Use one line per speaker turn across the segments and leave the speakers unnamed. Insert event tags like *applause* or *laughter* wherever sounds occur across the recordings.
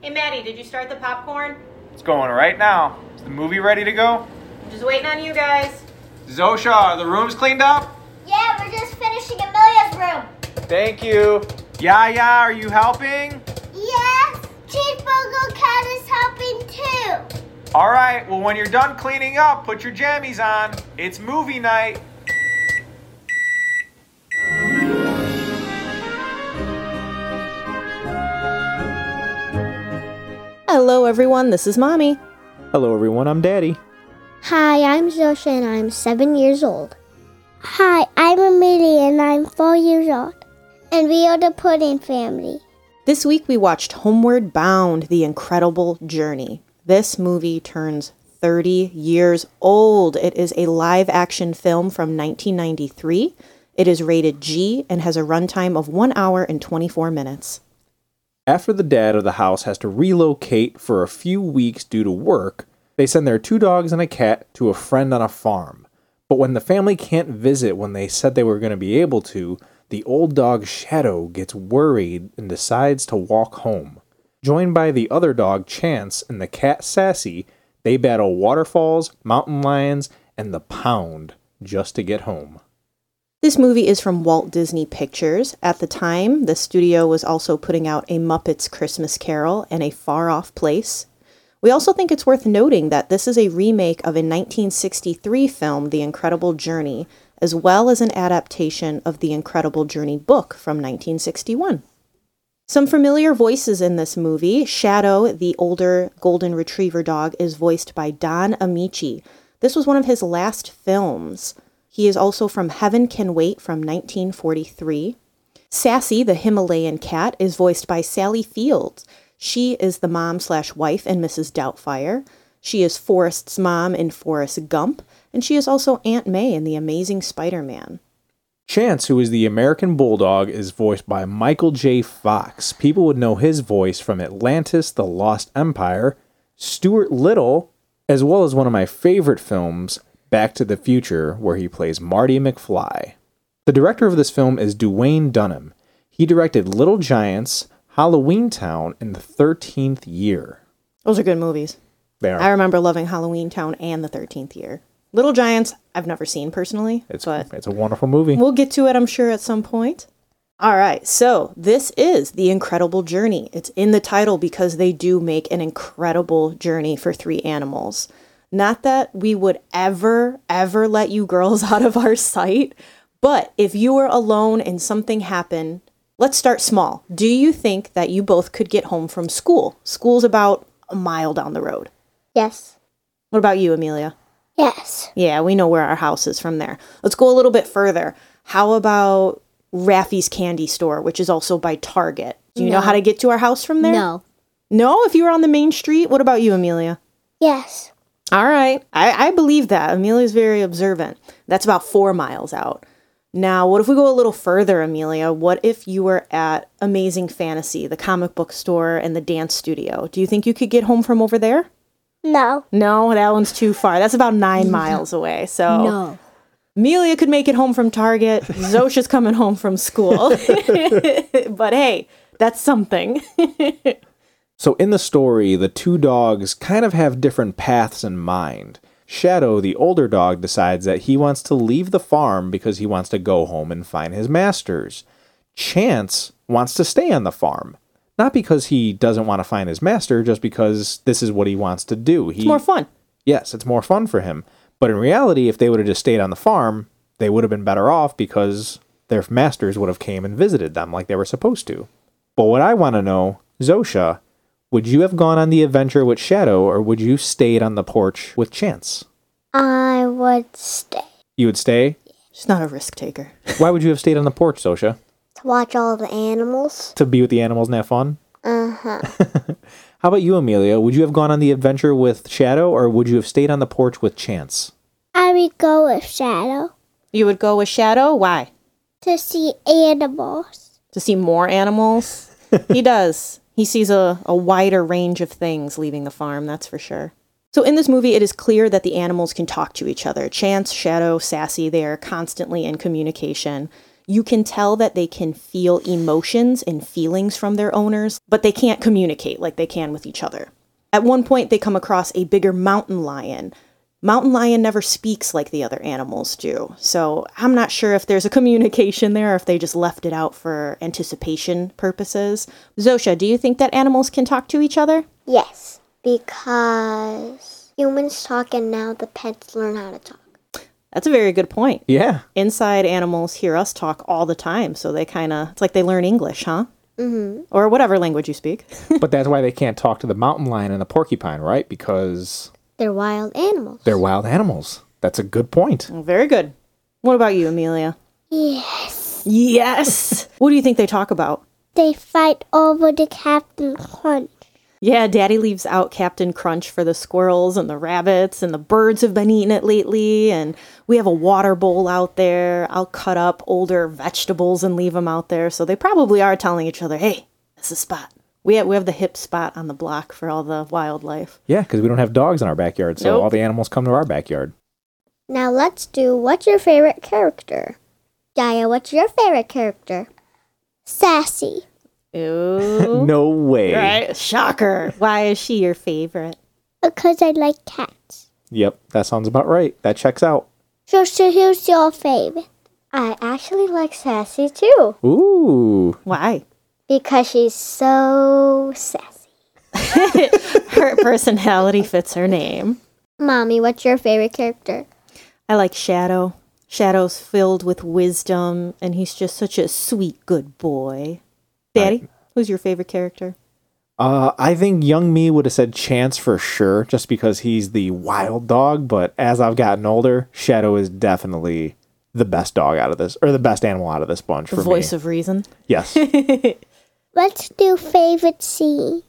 Hey Maddie, did you start the popcorn?
It's going right now. Is the movie ready to go?
I'm just waiting on you guys.
Zosha, are the rooms cleaned up?
Yeah, we're just finishing Amelia's room.
Thank you. Yaya, are you helping?
Yes, Chief Bogle Cat is helping too.
All right, well, when you're done cleaning up, put your jammies on. It's movie night.
Hello, everyone. This is Mommy.
Hello, everyone. I'm Daddy.
Hi, I'm Zosha and I'm seven years old.
Hi, I'm Amelia and I'm four years old. And we are the Pudding Family.
This week we watched Homeward Bound The Incredible Journey. This movie turns 30 years old. It is a live action film from 1993. It is rated G and has a runtime of 1 hour and 24 minutes.
After the dad of the house has to relocate for a few weeks due to work, they send their two dogs and a cat to a friend on a farm. But when the family can't visit when they said they were going to be able to, the old dog Shadow gets worried and decides to walk home. Joined by the other dog Chance and the cat Sassy, they battle waterfalls, mountain lions, and the pound just to get home.
This movie is from Walt Disney Pictures. At the time, the studio was also putting out A Muppets Christmas Carol and A Far Off Place. We also think it's worth noting that this is a remake of a 1963 film, The Incredible Journey, as well as an adaptation of The Incredible Journey book from 1961. Some familiar voices in this movie Shadow, the older Golden Retriever dog, is voiced by Don Amici. This was one of his last films. He is also from Heaven Can Wait from 1943. Sassy, the Himalayan cat, is voiced by Sally Fields. She is the mom slash wife in Mrs. Doubtfire. She is Forrest's mom in Forrest Gump, and she is also Aunt May in The Amazing Spider Man.
Chance, who is the American Bulldog, is voiced by Michael J. Fox. People would know his voice from Atlantis, The Lost Empire, Stuart Little, as well as one of my favorite films, Back to the Future, where he plays Marty McFly. The director of this film is Duane Dunham. He directed Little Giants, Halloween Town, and The 13th Year.
Those are good movies.
They are.
I remember loving Halloween Town and The 13th Year. Little Giants, I've never seen personally,
it's,
but
it's a wonderful movie.
We'll get to it, I'm sure, at some point. All right, so this is The Incredible Journey. It's in the title because they do make an incredible journey for three animals. Not that we would ever, ever let you girls *laughs* out of our sight, but if you were alone and something happened, let's start small. Do you think that you both could get home from school? School's about a mile down the road.
Yes.
What about you, Amelia?
Yes.
Yeah, we know where our house is from there. Let's go a little bit further. How about Raffy's candy store, which is also by Target? Do you know
No.
how to get to our house from there? No, if you were on the main street, what about you, Amelia?
Yes.
All right. I, I believe that. Amelia's very observant. That's about four miles out. Now, what if we go a little further, Amelia? What if you were at Amazing Fantasy, the comic book store, and the dance studio? Do you think you could get home from over there?
No.
No, that one's too far. That's about nine miles away. So Amelia could make it home from Target. Zosha's coming home from school. *laughs* but hey, that's something. *laughs*
So, in the story, the two dogs kind of have different paths in mind. Shadow, the older dog, decides that he wants to leave the farm because he wants to go home and find his masters. Chance wants to stay on the farm. Not because he doesn't want to find his master, just because this is what he wants to do. He,
It's more fun.
Yes, it's more fun for him. But in reality, if they would have just stayed on the farm, they would have been better off because their masters would have came and visited them like they were supposed to. But what I want to know, Zosha, would you have gone on the adventure with Shadow or would you stayed on the porch with Chance?
I would stay
You would stay?
She's not a risk taker.
Why would you have stayed on the porch, Zosha?
to watch all the animals.
To be with the animals and have fun?
Uh huh.
*laughs* How about you, Amelia? Would you have gone on the adventure with Shadow or would you have stayed on the porch with Chance?
I would go with Shadow
You would go with Shadow? Why?
to see animals.
To see more animals? he does. He sees a, a wider range of things leaving the farm, that's for sure. So, in this movie, it is clear that the animals can talk to each other. Chance, Shadow, Sassy, they are constantly in communication. You can tell that they can feel emotions and feelings from their owners, but they can't communicate like they can with each other. At one point, they come across a bigger mountain lion. Mountain lion never speaks like the other animals do, so I'm not sure if there's a communication there or if they just left it out for anticipation purposes. Zosha, do you think that animals can talk to each other?
Yes, because humans talk and now the pets learn how to talk.
That's a very good point.
Yeah.
Inside animals hear us talk all the time, so they kind of, it's like they learn English, huh? Mm-hmm. Or whatever language you *laughs* speak.
but that's why they can't talk to the mountain lion and the porcupine, right? Because
They're wild animals.
they're wild animals. That's a good point.
Very good. What about you, Amelia?
Yes.
Yes. *laughs* what do you think they talk about?
They fight over the Captain Crunch.
Yeah, Daddy leaves out Captain Crunch for the squirrels and the rabbits, and the birds have been eating it lately. And we have a water bowl out there. I'll cut up older vegetables and leave them out there. So they probably are telling each other, hey, that's the spot. We have, we have the hip spot on the block for all the wildlife.
Yeah, because we don't have dogs in our backyard, so
Nope.
all the animals come to our backyard.
Now let's do what's your favorite character? Daya, what's your favorite character?
Sassy.
Ooh.
No way.
Right? Shocker. Why is she your favorite?
Because I like cats.
Yep, that sounds about right. That checks out.
So, so who's your favorite?
I actually like Sassy too
Ooh.
Why?
because she's so sassy.
Her personality fits her name.
Mommy, what's your favorite character?
I like Shadow. Shadow's filled with wisdom, and he's just such a sweet, good boy. Daddy, who's your favorite character?
Uh, I think young me would have said Chance for sure, just because he's the wild dog. But as I've gotten older, Shadow is definitely the best dog out of this, or the best animal out of this bunch
The
for
voice
me.
of reason. *laughs*
yes.
Let's do favorite scenes.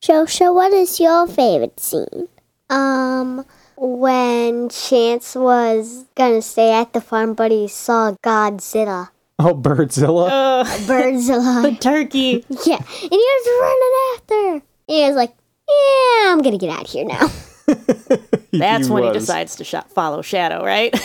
So, so what is your favorite scene?
Um, when Chance was gonna stay at the farm, but he saw Godzilla,
oh, Birdzilla.
Birdzilla,
The turkey.
yeah, and he was running after. And he was like, "Yeah, I'm gonna get out of here now." *laughs*
That's when he
was.
decides to shot, follow Shadow, right? *laughs*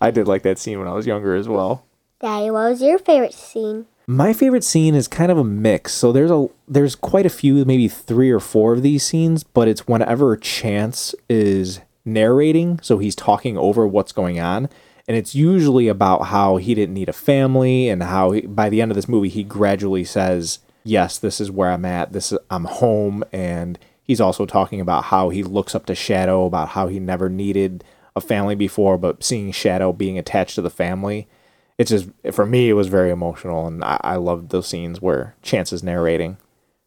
I did like that scene when I was younger as well.
Daddy, what was your favorite scene?
My favorite scene is kind of a mix. So there's a there's quite a few, maybe three or four of these scenes, but it's whenever Chance is narrating, so he's talking over what's going on, and it's usually about how he didn't need a family and how he, by the end of this movie he gradually says, "Yes, this is where I'm at. This is, I'm home." And he's also talking about how he looks up to Shadow, about how he never needed a family before, but seeing Shadow being attached to the family it's just for me it was very emotional and i, I loved those scenes where chance is narrating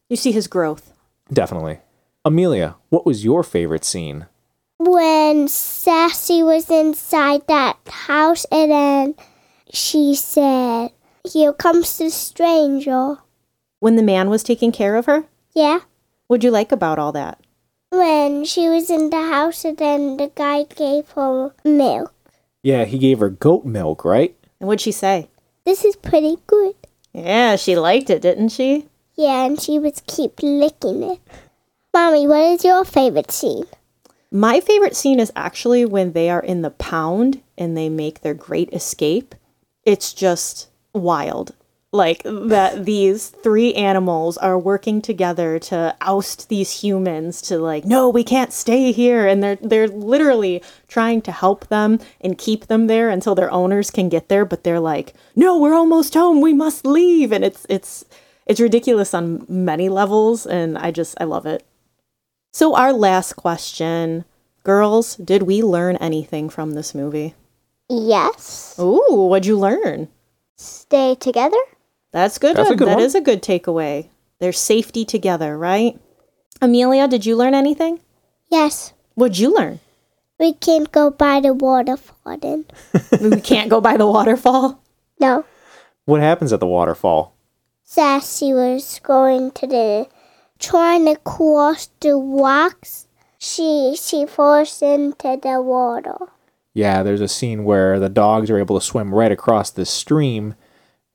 you see his growth.
definitely amelia what was your favorite scene
When Sassy was inside that house and then she said, Here comes the stranger.
When the man was taking care of her,
Yeah?
what'd you like about all that?
When she was in the house and then the guy gave her milk.
yeah he gave her goat milk right
And what'd she say?
This is pretty good.
Yeah, she liked it, didn't she?
Yeah, and she would keep licking it. Mommy, what is your favorite scene?
My favorite scene is actually when they are in the pound and they make their great escape. It's just wild. Like that these three animals are working together to oust these humans to like, no, we can't stay here. And they're they're literally trying to help them and keep them there until their owners can get there, but they're like, no, we're almost home. We must leave. And it's it's it's ridiculous on many levels and I just I love it. So, our last question Girls, did we learn anything from this movie?
Yes.
Ooh, what'd you learn?
Stay together.
That's good.
That's a good
That
one.
is a good takeaway. There's safety together, right? Amelia, did you learn anything?
Yes,
What'd you learn?
we can't go by the waterfall then.
we can't go by the
*laughs*
waterfall.
No,
what happens at the waterfall
Sassy was going to the trying to cross the rocks. She she falls into the water.
yeah there's a scene where the dogs are able to swim right across this stream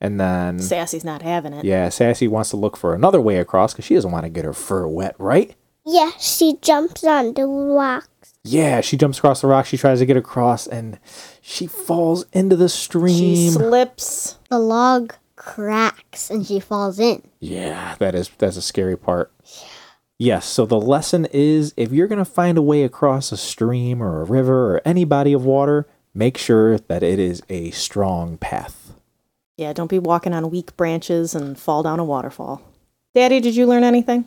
and then
Sassy's not having it.
yeah sassy wants to look for another way across because she doesn't want to get her fur wet right
Yeah, she jumps on the rocks.
yeah she jumps across the rock she tries to get across and She falls into the
She
stream.
slips.
The log cracks and she falls in.
yeah, that is that's a scary part. Yes, so the lesson is if you're going to find a way across a stream or a river or any body of water, make sure that it is a strong path.
Yeah, don't be walking on weak branches and fall down a waterfall. Daddy, did you learn anything?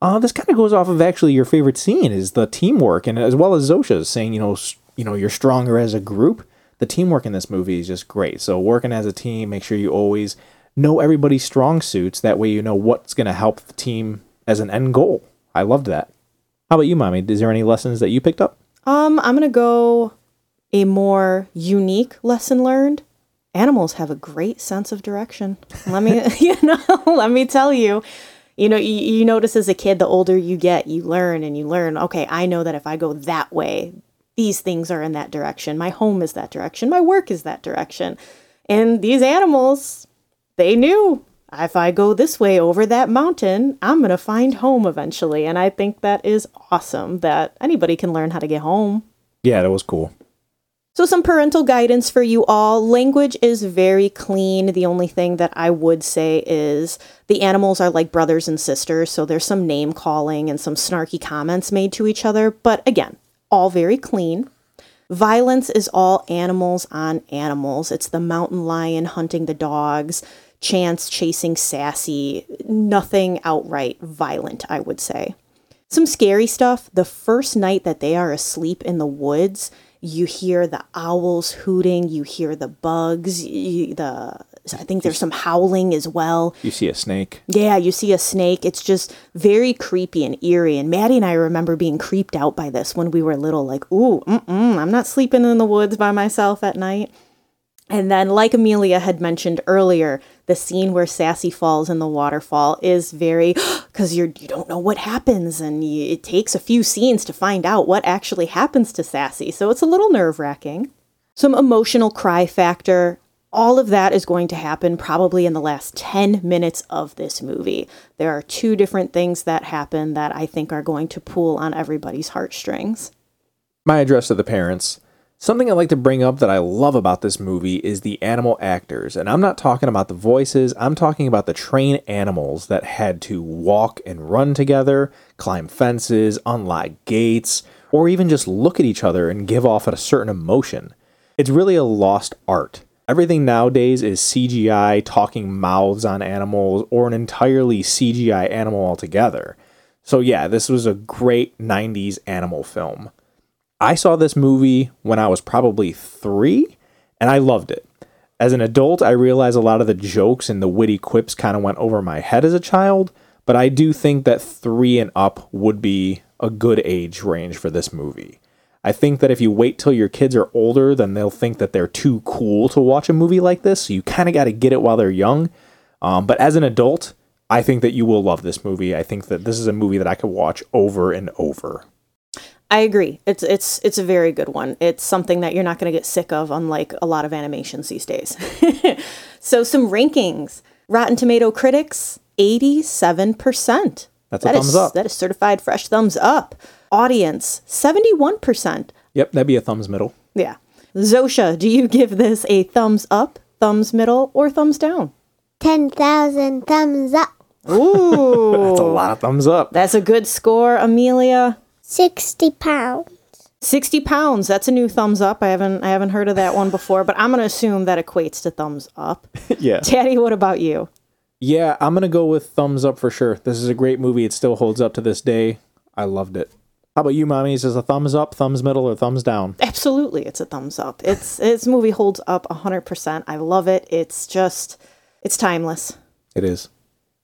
Uh, this kind of goes off of actually your favorite scene is the teamwork, and as well as Zosha's saying, you know, s- you know, you're stronger as a group. The teamwork in this movie is just great. So working as a team, make sure you always know everybody's strong suits. That way, you know what's going to help the team as an end goal. I loved that. How about you, mommy? Is there any lessons that you picked up?
Um, I'm gonna go a more unique lesson learned. Animals have a great sense of direction. Let me, *laughs* you know, let me tell you. You know, you, you notice as a kid, the older you get, you learn and you learn. Okay, I know that if I go that way, these things are in that direction. My home is that direction. My work is that direction. And these animals, they knew if I go this way over that mountain, I'm going to find home eventually. And I think that is awesome that anybody can learn how to get home.
Yeah, that was cool.
So, some parental guidance for you all. Language is very clean. The only thing that I would say is the animals are like brothers and sisters, so there's some name calling and some snarky comments made to each other. But again, all very clean. Violence is all animals on animals. It's the mountain lion hunting the dogs, Chance chasing Sassy, nothing outright violent, I would say. Some scary stuff. The first night that they are asleep in the woods, you hear the owls hooting, you hear the bugs, you, the I think there's some howling as well.
You see a snake.
Yeah, you see a snake. It's just very creepy and eerie. And Maddie and I remember being creeped out by this when we were little. Like, ooh, mm-mm, I'm not sleeping in the woods by myself at night. And then, like Amelia had mentioned earlier, the scene where Sassy falls in the waterfall is very *gasps* because you you don't know what happens, and you, it takes a few scenes to find out what actually happens to Sassy. So it's a little nerve wracking some emotional cry factor. All of that is going to happen probably in the last 10 minutes of this movie. There are two different things that happen that I think are going to pull on everybody's heartstrings.
my address to the parents. Something I like to bring up that I love about this movie is the animal actors. And I'm not talking about the voices, I'm talking about the trained animals that had to walk and run together, climb fences, unlock gates, or even just look at each other and give off a certain emotion. It's really a lost art. Everything nowadays is CGI talking mouths on animals or an entirely CGI animal altogether. So, yeah, this was a great 90s animal film. I saw this movie when I was probably three, and I loved it. As an adult, I realized a lot of the jokes and the witty quips kind of went over my head as a child, but I do think that three and up would be a good age range for this movie. I think that if you wait till your kids are older, then they'll think that they're too cool to watch a movie like this. So you kind of got to get it while they're young. Um, but as an adult, I think that you will love this movie. I think that this is a movie that I could watch over and over.
I agree. It's it's it's a very good one. It's something that you're not going to get sick of unlike a lot of animations these days. *laughs* so some rankings. Rotten Tomato critics 87%.
That's a
That is-
thumbs up.
That is certified fresh thumbs up. Audience 71%.
Yep, that'd be a thumbs middle.
Yeah. Zosha, do you give this a thumbs up, thumbs middle, or thumbs down?
10,000 thumbs up.
Ooh.
That's a lot of thumbs up.
*laughs* that's a good score, Amelia.
60 pounds.
60 pounds. That's a new thumbs up. I haven't I haven't heard of that one before, but I'm gonna assume that equates to thumbs up.
yeah.
Daddy, what about you?
Yeah, I'm going to go with thumbs up for sure. This is a great movie. It still holds up to this day. I loved it. How about you, mommy? Is this a thumbs up, thumbs middle, or thumbs down?
Absolutely, it's a thumbs up. It's this movie holds up 100%. I love it. It's just it's timeless.
It is.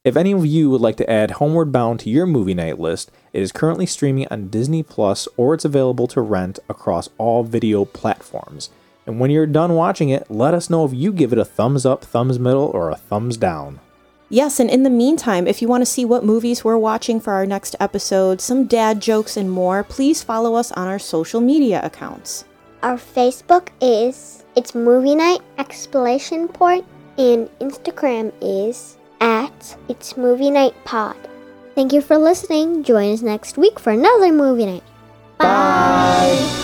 If any of you would like to add Homeward Bound to your movie night list, it is currently streaming on Disney Plus or it's available to rent across all video platforms. And when you're done watching it, let us know if you give it a thumbs up, thumbs middle, or a thumbs down.
Yes, and in the meantime, if you want to see what movies we're watching for our next episode, some dad jokes and more, please follow us on our social media accounts.
Our Facebook is it's movie night explanation point, and Instagram is at it's movie night pod.
Thank you for listening. Join us next week for another movie night.
Bye.